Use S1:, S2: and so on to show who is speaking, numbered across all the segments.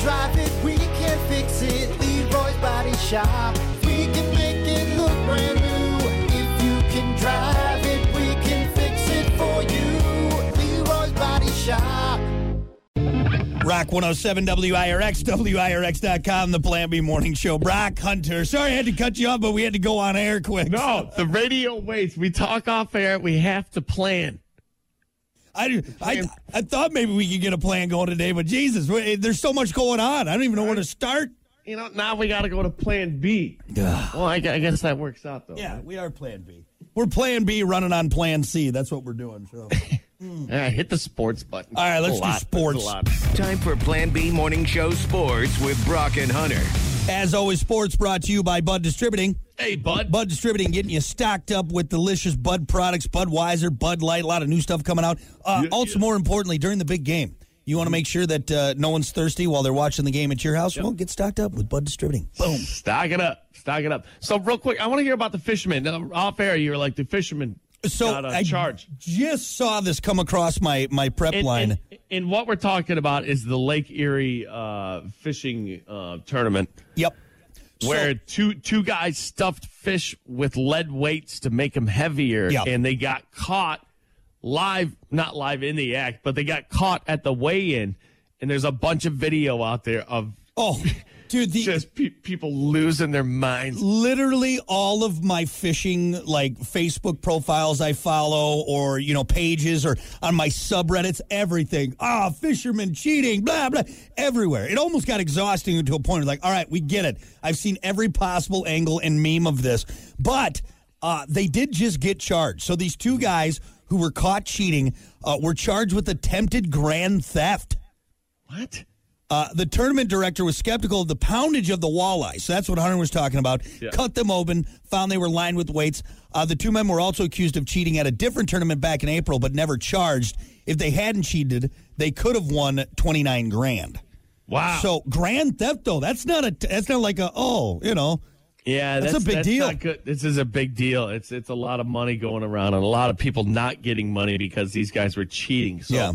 S1: drive it, we can fix it. Leroy's Body Shop. We can make it look brand new. If you can drive it, we can fix it for you. Leroy's Body Shop.
S2: Rock 107 WIRX, WIRX.com, the Plan B Morning Show. Brock Hunter. Sorry I had to cut you off, but we had to go on air quick.
S3: No, the radio waits. We talk off air. We have to plan.
S2: I, I, I thought maybe we could get a plan going today, but Jesus, we- there's so much going on. I don't even know where to start.
S3: You know, now we got to go to plan B. Well, I, gu- I guess that works out, though.
S2: Yeah, we are Plan B. We're Plan B running on Plan C. That's what we're doing. So.
S3: Yeah, hit the sports button.
S2: All right, let's
S3: A
S2: do
S3: lot. That's
S2: sports.
S3: a lot.
S4: Time for Plan B Morning Show Sports with Brock and Hunter.
S2: As always, sports brought to you by Bud Distributing.
S3: Hey, bud.
S2: Bud Distributing getting you stocked up with delicious Bud products, Budweiser, Bud Light, a lot of new stuff coming out. Uh, also, more importantly, during the big game, you
S3: Mm-hmm.
S2: want to make sure that uh, no one's thirsty while they're watching the game at your house. Well, get stocked up with Bud Distributing. Boom.
S3: Stock it up. Stock it up. So, real quick, I want to hear about the fisherman. Now, off air, you were like, the fisherman
S2: So
S3: got a
S2: I
S3: charge.
S2: just saw this come across my my prep
S3: And,
S2: line.
S3: and, and what we're talking about is the Lake Erie uh, fishing uh, tournament.
S2: yep.
S3: where
S2: So-
S3: two two guys stuffed fish with lead weights to make them heavier,
S2: Yeah.
S3: and they got caught live, not live in the act, but they got caught at the weigh-in. And there's a bunch of video out there of
S2: oh, dude, the
S3: just pe- people losing their minds.
S2: literally all of my fishing like Facebook profiles I follow or you know pages or on my subreddits everything ah fishermen cheating blah blah everywhere it almost got exhausting to a point where like all right we get it I've seen every possible angle and meme of this but uh, they did just get charged so these two guys who were caught cheating uh, were charged with attempted grand theft
S3: What?
S2: uh, the tournament director was skeptical of the poundage of the walleye. So that's what Hunter was talking about. Cut them open, found they were lined with weights. Uh, the two men were also accused of cheating at a different tournament back in April, but never charged. If they hadn't cheated, they could have won twenty nine grand.
S3: Wow.
S2: So grand theft, though, that's not a that's not like a oh you know
S3: yeah,
S2: that's a
S3: that's,
S2: big
S3: that's
S2: deal.
S3: not good. This is a big deal. It's it's a lot of money going around, and a lot of people not getting money because these guys were cheating. So,
S2: yeah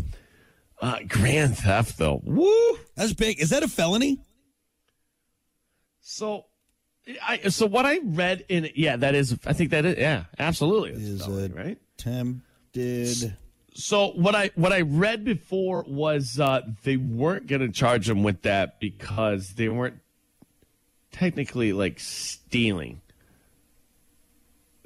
S3: uh, grand theft though. Woo.
S2: that's big. Is that a felony?
S3: So, I so what I read in yeah that is I think that is yeah absolutely it's
S2: Is
S3: felony,
S2: it-
S3: right.
S2: Tempted.
S3: So what I what I read before was uh, they weren't going to charge him with that because they weren't technically like stealing.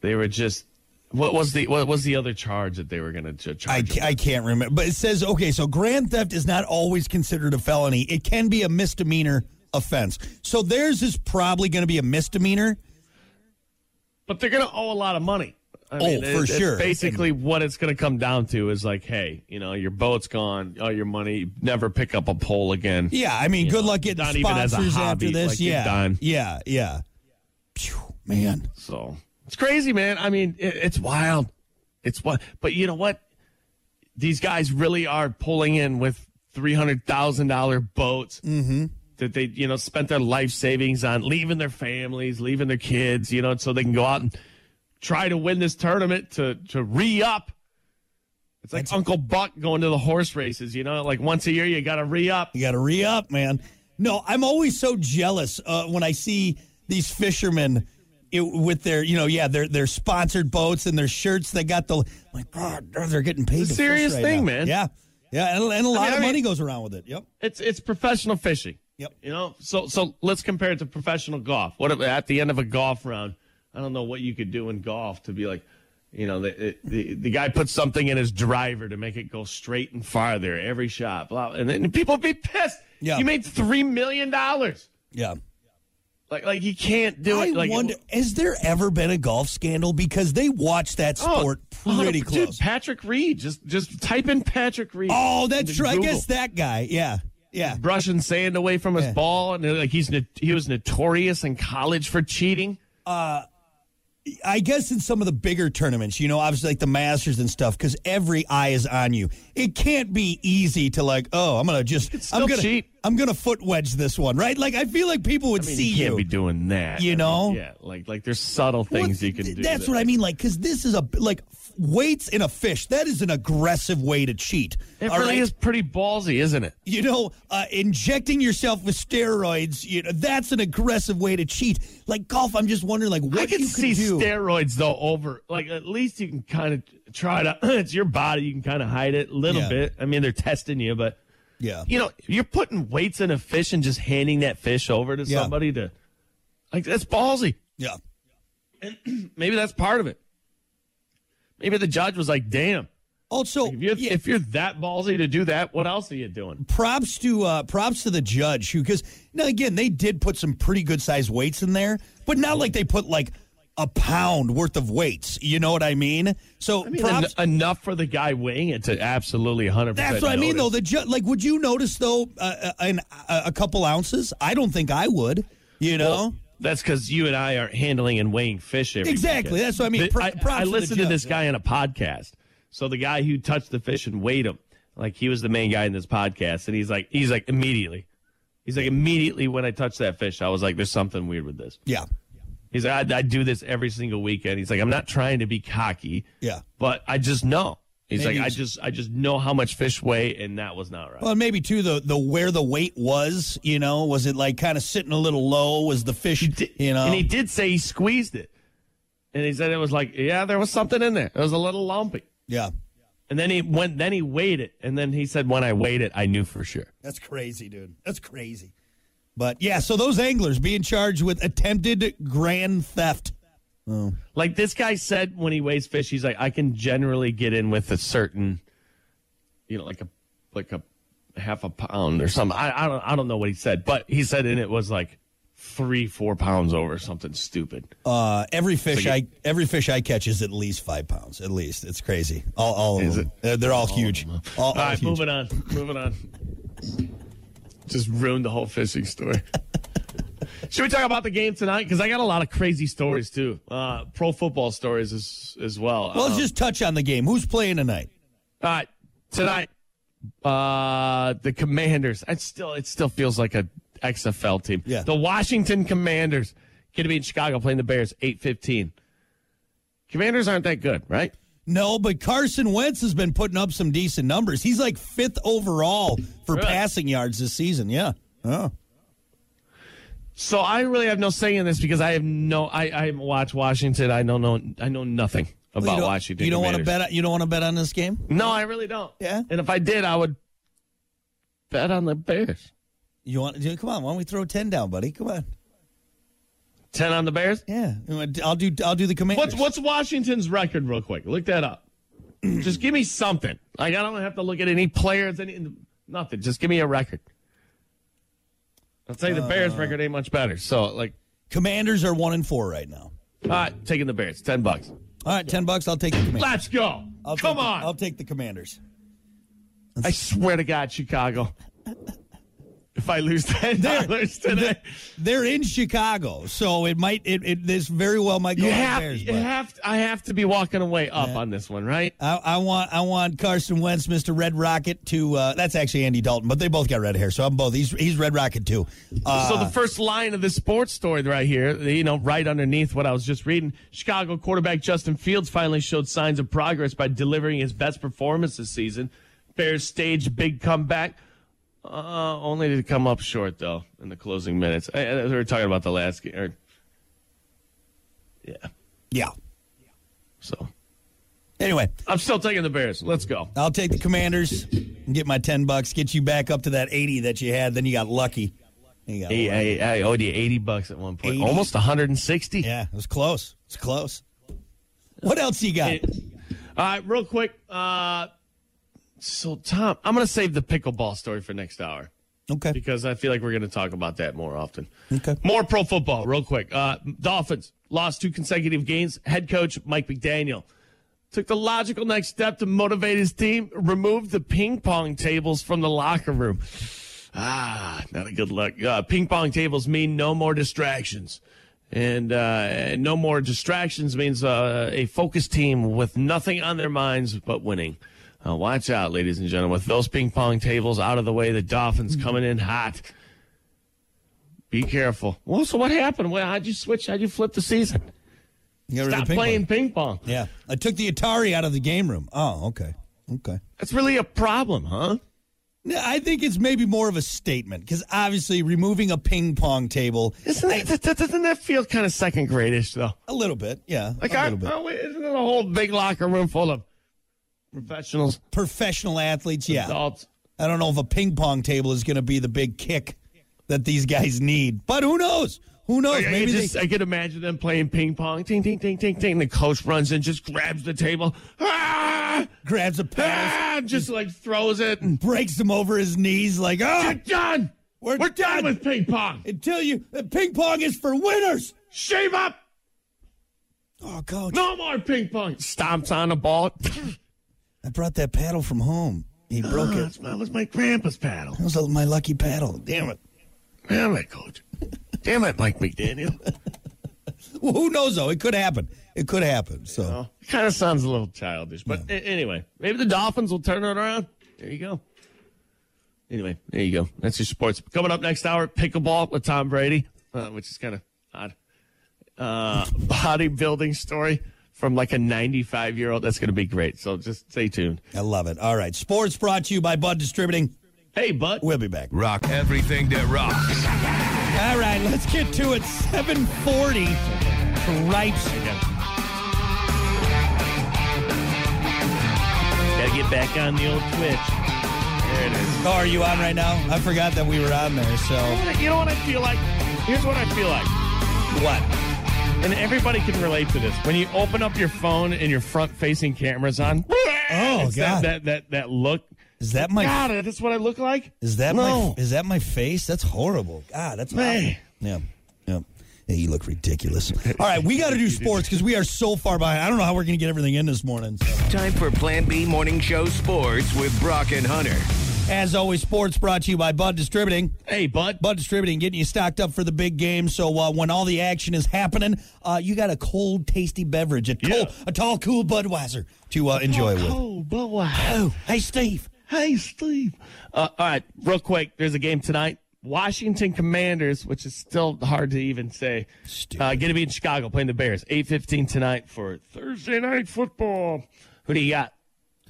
S3: They were just what was the what was the other charge that they were going to charge?
S2: I,
S3: him
S2: ca- I can't remember, but it says okay. So grand theft is not always considered a felony; it can be a misdemeanor offense. So theirs is probably going to be a misdemeanor.
S3: but they're going to owe a lot of money. I
S2: Oh, for
S3: it's
S2: sure.
S3: Basically, what it's going to come down to is like, hey, you know, your boat's gone, all your money, never pick up a pole again.
S2: Yeah, I mean, good luck getting
S3: not even as a
S2: sponsors after
S3: hobby,
S2: this.
S3: like you're
S2: yeah,
S3: done.
S2: yeah, yeah. Phew, man,
S3: So it's crazy, man. I mean, it, it's wild. It's what, but you know what? These guys really are pulling in with three hundred thousand dollar boats that they, you know, spent their life savings on, leaving their families, leaving their kids, you know, so they can go out and try to win this tournament to to re up. It's like Uncle Buck going to the horse races, you know, like once a year you got to re up.
S2: you got to re up, man. No, I'm always so jealous uh, when I see these fishermen. It, with their, you know, yeah, their their sponsored boats and their shirts, they got the like, God, they're getting paid.
S3: It's a
S2: to fish
S3: serious
S2: right
S3: thing,
S2: now.
S3: man.
S2: Yeah, yeah, and, and a lot
S3: mean,
S2: of
S3: I mean-
S2: money goes around with it. Yep.
S3: It's it's professional fishing.
S2: Yep.
S3: You know, so so let's compare it to professional golf. What if, at the end of a golf round? I don't know what you could do in golf to be like, you know, the the, the guy puts something in his driver to make it go straight and farther every shot. Blah, and then people be pissed.
S2: Yeah.
S3: You made three million dollars.
S2: Yeah.
S3: Like like you can't do
S2: I
S3: it. Like
S2: wonder, has there ever been a golf scandal? Because they watch that
S3: Oh,
S2: sport
S3: oh,
S2: pretty
S3: dude,
S2: close.
S3: Patrick Reed. Just just type in Patrick Reed.
S2: oh, that's
S3: into
S2: true. I
S3: Google.
S2: guess that guy. Yeah. Yeah.
S3: brushing sand away from his
S2: Yeah.
S3: ball, and like he's no- he was notorious in college for cheating.
S2: I guess in some of the bigger tournaments, you know, obviously like the Masters and stuff, because every eye is on you. It can't be easy to like, oh, I'm gonna just,
S3: still
S2: I'm gonna,
S3: cheat.
S2: I'm gonna foot wedge this one, right? Like I feel like people would
S3: I mean,
S2: see
S3: you can't be doing that.
S2: You
S3: I mean,
S2: know?
S3: yeah, like like there's subtle things
S2: Well,
S3: you can
S2: th-
S3: do.
S2: That's
S3: that-
S2: what I mean. Like, because this is a like f- weights in a fish. That is an aggressive way to cheat.
S3: It
S2: all
S3: really
S2: right?
S3: is pretty ballsy, isn't it?
S2: You know, uh, injecting yourself with steroids. You know, that's an aggressive way to cheat. Like golf, I'm just wondering, like, what
S3: I can
S2: you
S3: see
S2: do.
S3: steroids though over like at least you can kind of try to. it's your body, you can kind of hide it a little
S2: Yeah.
S3: bit. I mean, they're testing you, but
S2: yeah,
S3: you know, you're putting weights in a fish and just handing that fish over to
S2: Yeah.
S3: somebody to like that's ballsy.
S2: yeah.
S3: Maybe that's part of it. Maybe the judge was like, "Damn,
S2: Also,
S3: if you're,
S2: yeah.
S3: if you're that ballsy to do that, what else are you doing?"
S2: props to uh, props to the judge who because now again they did put some pretty good sized weights in there, but not like they put like a pound worth of weights. You know what I mean? So
S3: I mean,
S2: props.
S3: en- enough for the guy weighing it to absolutely 100.
S2: That's what I mean, though. The ju- like, would you notice though uh, uh, an, uh, a couple ounces? I don't think I would. You know,
S3: Oh, That's because you and I are handling and weighing fish every
S2: Exactly,
S3: weekend.
S2: that's what I mean.
S3: The-
S2: Pro-
S3: I,
S2: props
S3: I
S2: to the
S3: listened to
S2: judge.
S3: this guy on a podcast. So the guy who touched the fish and weighed him, like he was the main guy in this podcast, and he's like, he's like immediately, he's like immediately when I touched that fish, I was like, there's something weird with this.
S2: yeah,
S3: He's like, I, I do this every single weekend. He's like, I'm not trying to be cocky,
S2: yeah.
S3: but I just know. He's
S2: Maybe
S3: like, I
S2: it's-
S3: just, I just know how much fish weigh, and that was not right.
S2: Well, and maybe too the the where the weight was. You know, was it like kind of sitting a little low? Was the fish?
S3: Di-
S2: You know,
S3: And he did say he squeezed it. And he said it was like, yeah, there was something in there. It was a little lumpy.
S2: yeah,
S3: And then he went, then he weighed it. And then he said, when I weighed it, I knew for sure.
S2: that's crazy, dude. That's crazy. But yeah, so those anglers being charged with attempted grand theft.
S3: Like this guy said when he weighs fish, he's like, I can generally get in with a certain, you know, like a, like a half a pound or something. I, I don't, I don't know what he said, but he said, and it was like three, four pounds over something stupid.
S2: Uh, every fish
S3: So you-
S2: I every fish I catch is at least five pounds. At least it's crazy. All, all of
S3: Is
S2: them. They're, they're all, huge. All, all
S3: All right,
S2: huge.
S3: moving on. Moving on. Just ruined the whole fishing story. Should we talk about the game tonight? Because I got a lot of crazy stories too, uh, pro football stories as as well.
S2: Well,
S3: Uh,
S2: let's just touch on the game. Who's playing tonight?
S3: all right, tonight, uh, the Commanders. It still it still feels like a XFL team.
S2: Yeah.
S3: The Washington Commanders going to be in Chicago playing the Bears eight fifteen. Commanders aren't that good, right?
S2: No, but Carson Wentz has been putting up some decent numbers. He's like fifth overall for
S3: Really?
S2: passing yards this season. Yeah. Oh.
S3: So I really have no say in this because I have no. I I haven't watched Washington. I don't know. I know nothing about
S2: you don't-
S3: Washington.
S2: You don't want to
S3: Commanders.
S2: bet. on- You don't want to bet on this game.
S3: No, I really don't.
S2: Yeah?
S3: And if I did, I would bet on the Bears.
S2: You want? Come on. Why don't we throw ten down, buddy? Come on.
S3: Ten on the Bears.
S2: Yeah. I'll do. I'll do the commanders.
S3: What's what's Washington's record, real quick? Look that up. Just give me something. Like I don't have to look at any players, any nothing. Just give me a record. I'll tell you the
S2: Uh.
S3: Bears record ain't much better. So like,
S2: Commanders are one and four right now.
S3: all right, taking the Bears, ten bucks.
S2: All right, ten bucks. I'll take the commanders.
S3: Let's go.
S2: I'll take
S3: Come
S2: the-
S3: on.
S2: I'll take the commanders.
S3: I swear to God, Chicago. If I lose ten dollars today,
S2: They're in Chicago, so it might. It, it this very well might go.
S3: you
S2: on the
S3: have,
S2: Bears,
S3: you
S2: but-
S3: have, I have to be walking away up on this one, right?
S2: I, I want I want Carson Wentz, Mr. Red Rocket, to uh, that's actually Andy Dalton, but they both got red hair, so I'm both. He's he's Red Rocket too. Uh,
S3: so the first line of this sports story right here, you know, right underneath what I was just reading, Chicago quarterback Justin Fields finally showed signs of progress by delivering his best performance this season. Bears staged big comeback, uh, only to come up short though in the closing minutes. I, I- we were talking about the last game, or, yeah.
S2: yeah.
S3: So
S2: Anyway,
S3: I'm still taking the Bears. Let's go.
S2: I'll take the Commanders and get my ten bucks, get you back up to that eighty that you had. Then you got lucky. You got lucky.
S3: I, I owed you 80 bucks at one point.
S2: 80?
S3: Almost 160.
S2: Yeah, it was close. It's close. What else you got?
S3: All right, real quick. Uh, so, Tom, I'm going to save the pickleball story for next hour
S2: Okay.
S3: because I feel like we're going to talk about that more often.
S2: Okay.
S3: More pro football, real quick. Uh, Dolphins lost two consecutive games. Head coach Mike McDaniel took the logical next step to motivate his team, remove the ping pong tables from the locker room. Ah, not a good look. Uh, ping pong tables mean no more distractions. And, uh, and no more distractions means uh, a focused team with nothing on their minds but winning. Uh, watch out, ladies and gentlemen. With those ping pong tables out of the way, the Dolphins coming in hot. Be careful. Well, so what happened? Well, how'd you switch? How'd you flip the season?
S2: You got rid of
S3: Stop
S2: the ping pong.
S3: playing ping pong.
S2: Yeah, I took the Atari out of the game room. Oh, okay, okay.
S3: That's really a problem, huh?
S2: No, I think it's maybe more of a statement because obviously removing a ping pong table
S3: Isn't that, that- that- doesn't that feel kind of second gradish though?
S2: a little bit, yeah,
S3: Like,
S2: a
S3: I,
S2: little bit.
S3: oh, isn't it a whole big locker room full of professionals,
S2: Professional athletes, yeah.
S3: adults?
S2: I don't know if a ping pong table is going to be the big kick that these guys need, but who knows? Who knows?
S3: Like, I,
S2: Maybe
S3: could
S2: they-
S3: Oh, just, I could imagine them playing ping pong, ting, ting, ting, ting, ting. The coach runs in, just grabs the table, ah,
S2: grabs a paddle,
S3: ah, just like throws it and
S2: breaks him over his knees, like, oh,
S3: we're done.
S2: We're
S3: We're,
S2: done.
S3: done with ping pong.
S2: until you, uh, ping pong is for winners.
S3: Shave up.
S2: Oh, coach,
S3: No more ping pong. Stomps on the ball.
S2: I brought that paddle from home. He broke it.
S3: That's my, that's my grandpa's paddle.
S2: That was my lucky paddle. Damn it.
S3: Damn it, coach. Damn it, Mike McDaniel.
S2: Well, who knows though? It could happen. It could happen. So
S3: Kind of sounds a little childish, but a- anyway, maybe the Dolphins will turn it around. There you go. Anyway, there you go. That's your sports. Coming up next hour, pickleball with Tom Brady, uh, which is kind of odd. Uh, bodybuilding story from like a 95 year old. That's going to be great. So just stay tuned.
S2: I love it. All right. Sports brought to you by Bud Distributing.
S3: Hey, bud.
S2: We'll be back.
S4: Rock everything that rocks.
S2: All right, let's get to it. 740 Ripes.
S3: Gotta get back on the old Twitch. There it is.
S2: Oh, are you on right now? I forgot that we were on there,
S3: You
S2: so
S3: know what I- You know what I feel like? Here's what I feel like.
S2: what?
S3: And everybody can relate to this. When you open up your phone and your front facing camera's on,
S2: Oh,
S3: it's
S2: God.
S3: That, that, that, that look.
S2: Is that my
S3: God, is this what I look like?
S2: is that
S3: no.
S2: my is that my face? That's horrible. God, that's
S3: Man.
S2: Yeah. Yeah. Yeah, you look ridiculous. All right, we got to do sports because we are so far behind. I don't know how we're going to get everything in this morning. so.
S4: Time for Plan B Morning Show Sports with Brock and Hunter.
S2: As always, sports brought to you by Bud Distributing.
S3: Hey, bud.
S2: Bud Distributing getting you stocked up for the big game. So uh, when all the action is happening, uh, you got a cold, tasty beverage, a, cold,
S3: Yeah.
S2: a tall, cool Budweiser to uh, enjoy with.
S3: Oh, but wow.
S2: Oh, hey Steve,
S3: Hey, Steve. Uh, all right, real quick. There's a game tonight. Washington Commanders, which is still hard to even say,
S2: Stupid.
S3: uh, going to be in Chicago playing the Bears. 8.15 tonight for Thursday Night Football. Who do you got?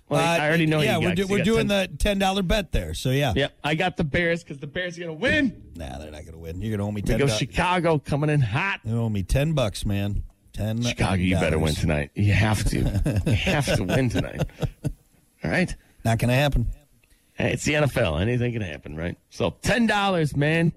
S3: Well,
S2: Uh,
S3: I already know who
S2: Yeah,
S3: you
S2: we're,
S3: got, 'cause you
S2: we're
S3: got
S2: doing
S3: 10
S2: the ten dollar bet there. So yeah,
S3: Yep, I got the Bears because the Bears are going to win.
S2: nah, they're not gonna win. You're gonna owe me
S3: They
S2: ten.
S3: go
S2: dollars.
S3: Chicago coming in hot.
S2: You owe me ten bucks, man. Ten.
S3: Chicago, you better win
S2: dollars.
S3: tonight. You have to. you have to win tonight. All right.
S2: Not gonna happen.
S3: Hey, it's the NFL. Anything can happen, right? So ten dollars, man.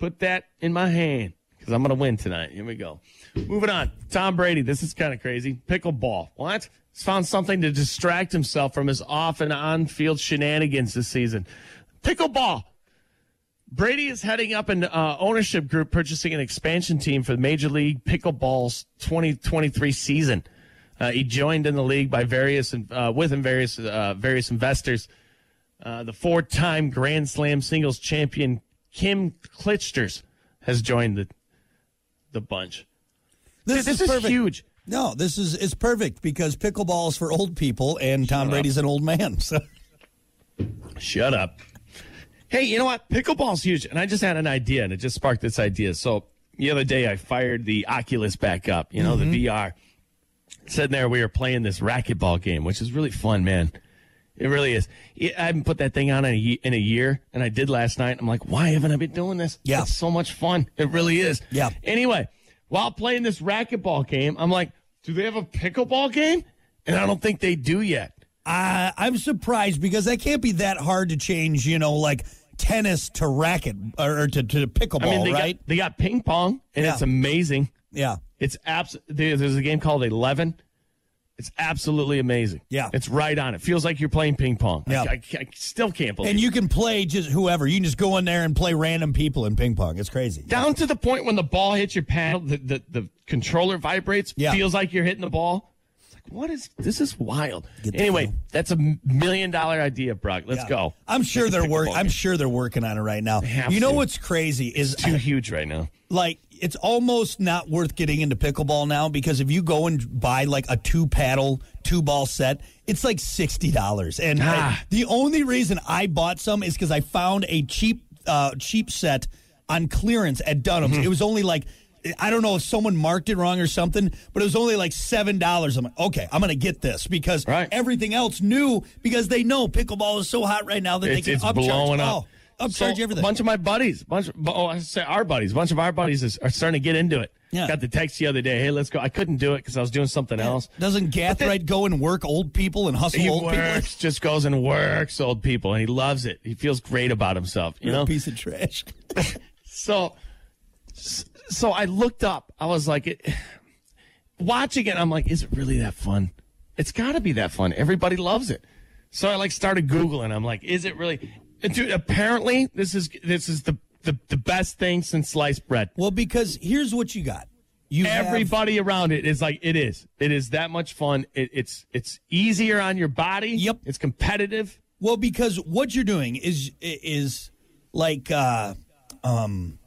S3: Put that in my hand because I'm gonna win tonight. Here we go. Moving on. Tom Brady. This is kind of crazy. Pickleball. What? He's found something to distract himself from his off and on field shenanigans this season. Pickleball. Brady is heading up an uh, ownership group purchasing an expansion team for the Major League Pickleball's 2023 season. Uh, he joined in the league by various uh, with various uh, various investors. Uh, the four-time Grand Slam singles champion Kim Klitschers has joined the the bunch.
S2: This,
S3: This is
S2: perfect.
S3: huge.
S2: No, this is it's perfect because pickleball is for old people, and Tom Brady's an old man. So
S3: Shut up. Hey, you know what? Pickleball's huge, and I just had an idea, and it just sparked this idea. So the other day, I fired the Oculus back up. You know,
S2: Mm-hmm.
S3: the VR. Sitting there, we were playing this racquetball game, which is really fun, man. It really is. I I haven't put that thing on in a, ye- in a year, and I did last night. I'm like, why haven't I been doing this?
S2: Yeah.
S3: It's so much fun. It really is.
S2: Yeah.
S3: Anyway, while playing this racquetball game, I'm like, do they have a pickleball game? And I don't think they do yet.
S2: I, I'm surprised because that can't be that hard to change. You know, like tennis to racket or, or to, to pickleball,
S3: I mean, they
S2: right?
S3: got they got ping pong, and
S2: Yeah.
S3: it's amazing.
S2: yeah,
S3: It's abs. there- There's a game called Eleven. It's absolutely amazing.
S2: Yeah.
S3: it's right on. It feels like you're playing ping pong. I-
S2: Yeah.
S3: I, ca- I still can't believe.
S2: and
S3: it.
S2: you can play just whoever. You can just go in there and play random people in ping pong. It's crazy.
S3: down to the point when the ball hits your paddle, the the, the controller vibrates.
S2: Yeah.
S3: feels like you're hitting the ball. It's like what is this? Is wild.
S2: Get the
S3: Anyway,
S2: feel.
S3: that's a million dollar idea, Brock. Let's
S2: Yeah.
S3: go.
S2: I'm sure
S3: Let's
S2: they're
S3: pick a
S2: work.
S3: ball
S2: I'm
S3: game.
S2: sure they're working on it right now.
S3: have
S2: You know
S3: to.
S2: what's crazy is
S3: too huge right now.
S2: like it's almost not worth getting into pickleball now because if you go and buy like a two paddle, two ball set, it's like sixty dollars. And
S3: Ah.
S2: I- the only reason I bought some is because I found a cheap uh, cheap set on clearance at Dunham's.
S3: Mm-hmm.
S2: It was only like I don't know if someone marked it wrong or something, but it was only like seven dollars. I'm like, okay, I'm gonna get this because
S3: Right.
S2: everything else new because they know pickleball is so hot right now that they
S3: It's,
S2: can
S3: it's
S2: upcharge.
S3: blowing up.
S2: Oh, upcharge
S3: So,
S2: everything.
S3: A bunch of my buddies, bunch, of, oh, I say our buddies, a bunch of our buddies is, are starting to get into it.
S2: Yeah.
S3: Got the text the other day. Hey, let's go. I couldn't do it because I was doing something else.
S2: Doesn't Gathright go and work old people and hustle
S3: He
S2: old
S3: works, just goes and works old people, and he loves it. He feels great about himself. You
S2: people?
S3: know,
S2: piece of trash.
S3: so so I looked up. I was like, it, watching it, I'm like, is it really that fun? It's got to be that fun. Everybody loves it. So I like started googling. I'm like, is it really? And Dude, apparently this is this is the the, the best thing since sliced bread.
S2: Well, because here's what you got. You have-
S3: Everybody around it is like, it is. It is that much fun. It, it's it's easier on your body.
S2: Yep.
S3: It's competitive.
S2: well, because what you're doing is is like uh um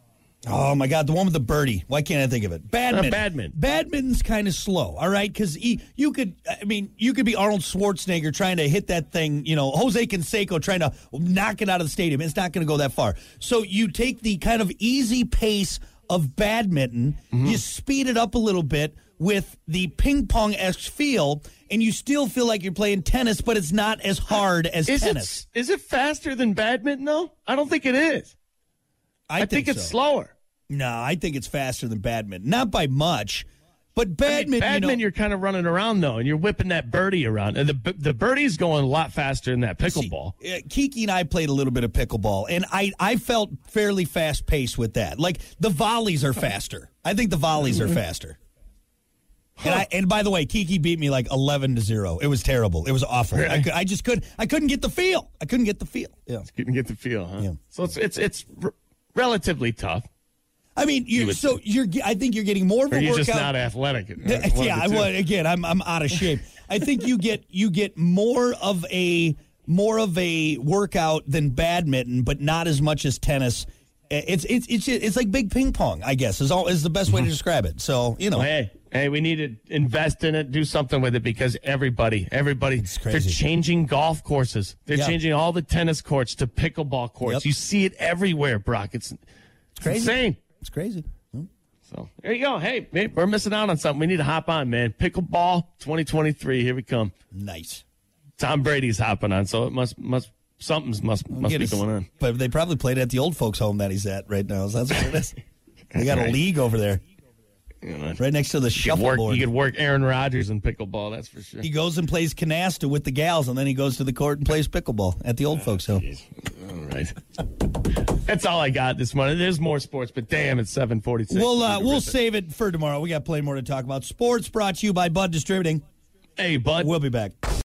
S2: Oh my God! The one with the birdie. Why can't I think of it? Uh, Badminton.
S3: badminton.
S2: Badminton's kind of slow. All right, because you could. I mean, you could be Arnold Schwarzenegger trying to hit that thing. You know, Jose Canseco trying to knock it out of the stadium. It's not going to go that far. So you take the kind of easy pace of badminton,
S3: Mm-hmm.
S2: you speed it up a little bit with the ping pong esque feel, and you still feel like you're playing tennis, but it's not as hard as
S3: Is
S2: tennis.
S3: it is it faster than badminton though? I don't think it is. I, think, it's
S2: so.
S3: slower.
S2: No, I think it's faster than badminton. Not by much, but badminton. you know-
S3: Badminton, you are kind of running around though, and you're whipping that birdie around, and the the birdie's going a lot faster than that pickleball.
S2: See, uh, Kiki and I played a little bit of pickleball, and I, I felt fairly fast paced with that. Like the volleys are faster. I think the volleys are faster. And, I, and by the way, Kiki beat me like eleven to zero. It was terrible. It was awful. I, cou- I just could I couldn't get the feel. I couldn't get the feel. Yeah.
S3: You can get the feel, huh?
S2: Yeah.
S3: So it's it's it's r- relatively tough.
S2: I mean, you,
S3: would-
S2: so you're. ge- I think you're getting more of a
S3: Or you're
S2: workout.
S3: just not athletic. One of
S2: yeah,
S3: the
S2: I
S3: two.
S2: would again. I'm I'm out of shape. I think you get you get more of a more of a workout than badminton, but not as much as tennis. Eh, It's it's it's it's like big ping pong, I guess. Is all is the best way to
S3: Mm-hmm.
S2: describe it. So you know,
S3: Hey, hey, we need to invest in it, do something with it because everybody, everybody, they're
S2: crazy.
S3: changing golf courses. They're
S2: Yeah.
S3: changing all the tennis courts to pickleball courts.
S2: Yep.
S3: You see it everywhere, Brock. It's, it's
S2: crazy.
S3: insane.
S2: it's crazy.
S3: So there you go. Hey, man, we're missing out on something. We need to hop on, man. Pickleball 2023. Here we come.
S2: Nice.
S3: Tom Brady's hopping on, so it must must something's must must
S2: Get
S3: be
S2: us-
S3: going on.
S2: But they probably played at the old folks' home that he's at right now. So that's what it is. They got a
S3: Right.
S2: league over there, right next to the
S3: You could, work,
S2: shuffleboard.
S3: you could work Aaron Rodgers in pickleball. That's for sure.
S2: he goes and plays canasta with the gals, and then he goes to the court and plays pickleball at the old folks' home.
S3: All right. That's all I got this morning. There's more sports, but damn, it's 7:46.
S2: We'll uh,
S3: Need to
S2: we'll
S3: rip it.
S2: save it for tomorrow. We got plenty more to talk about. Sports brought to you by Bud Distributing.
S3: Hey, bud.
S2: We'll be back.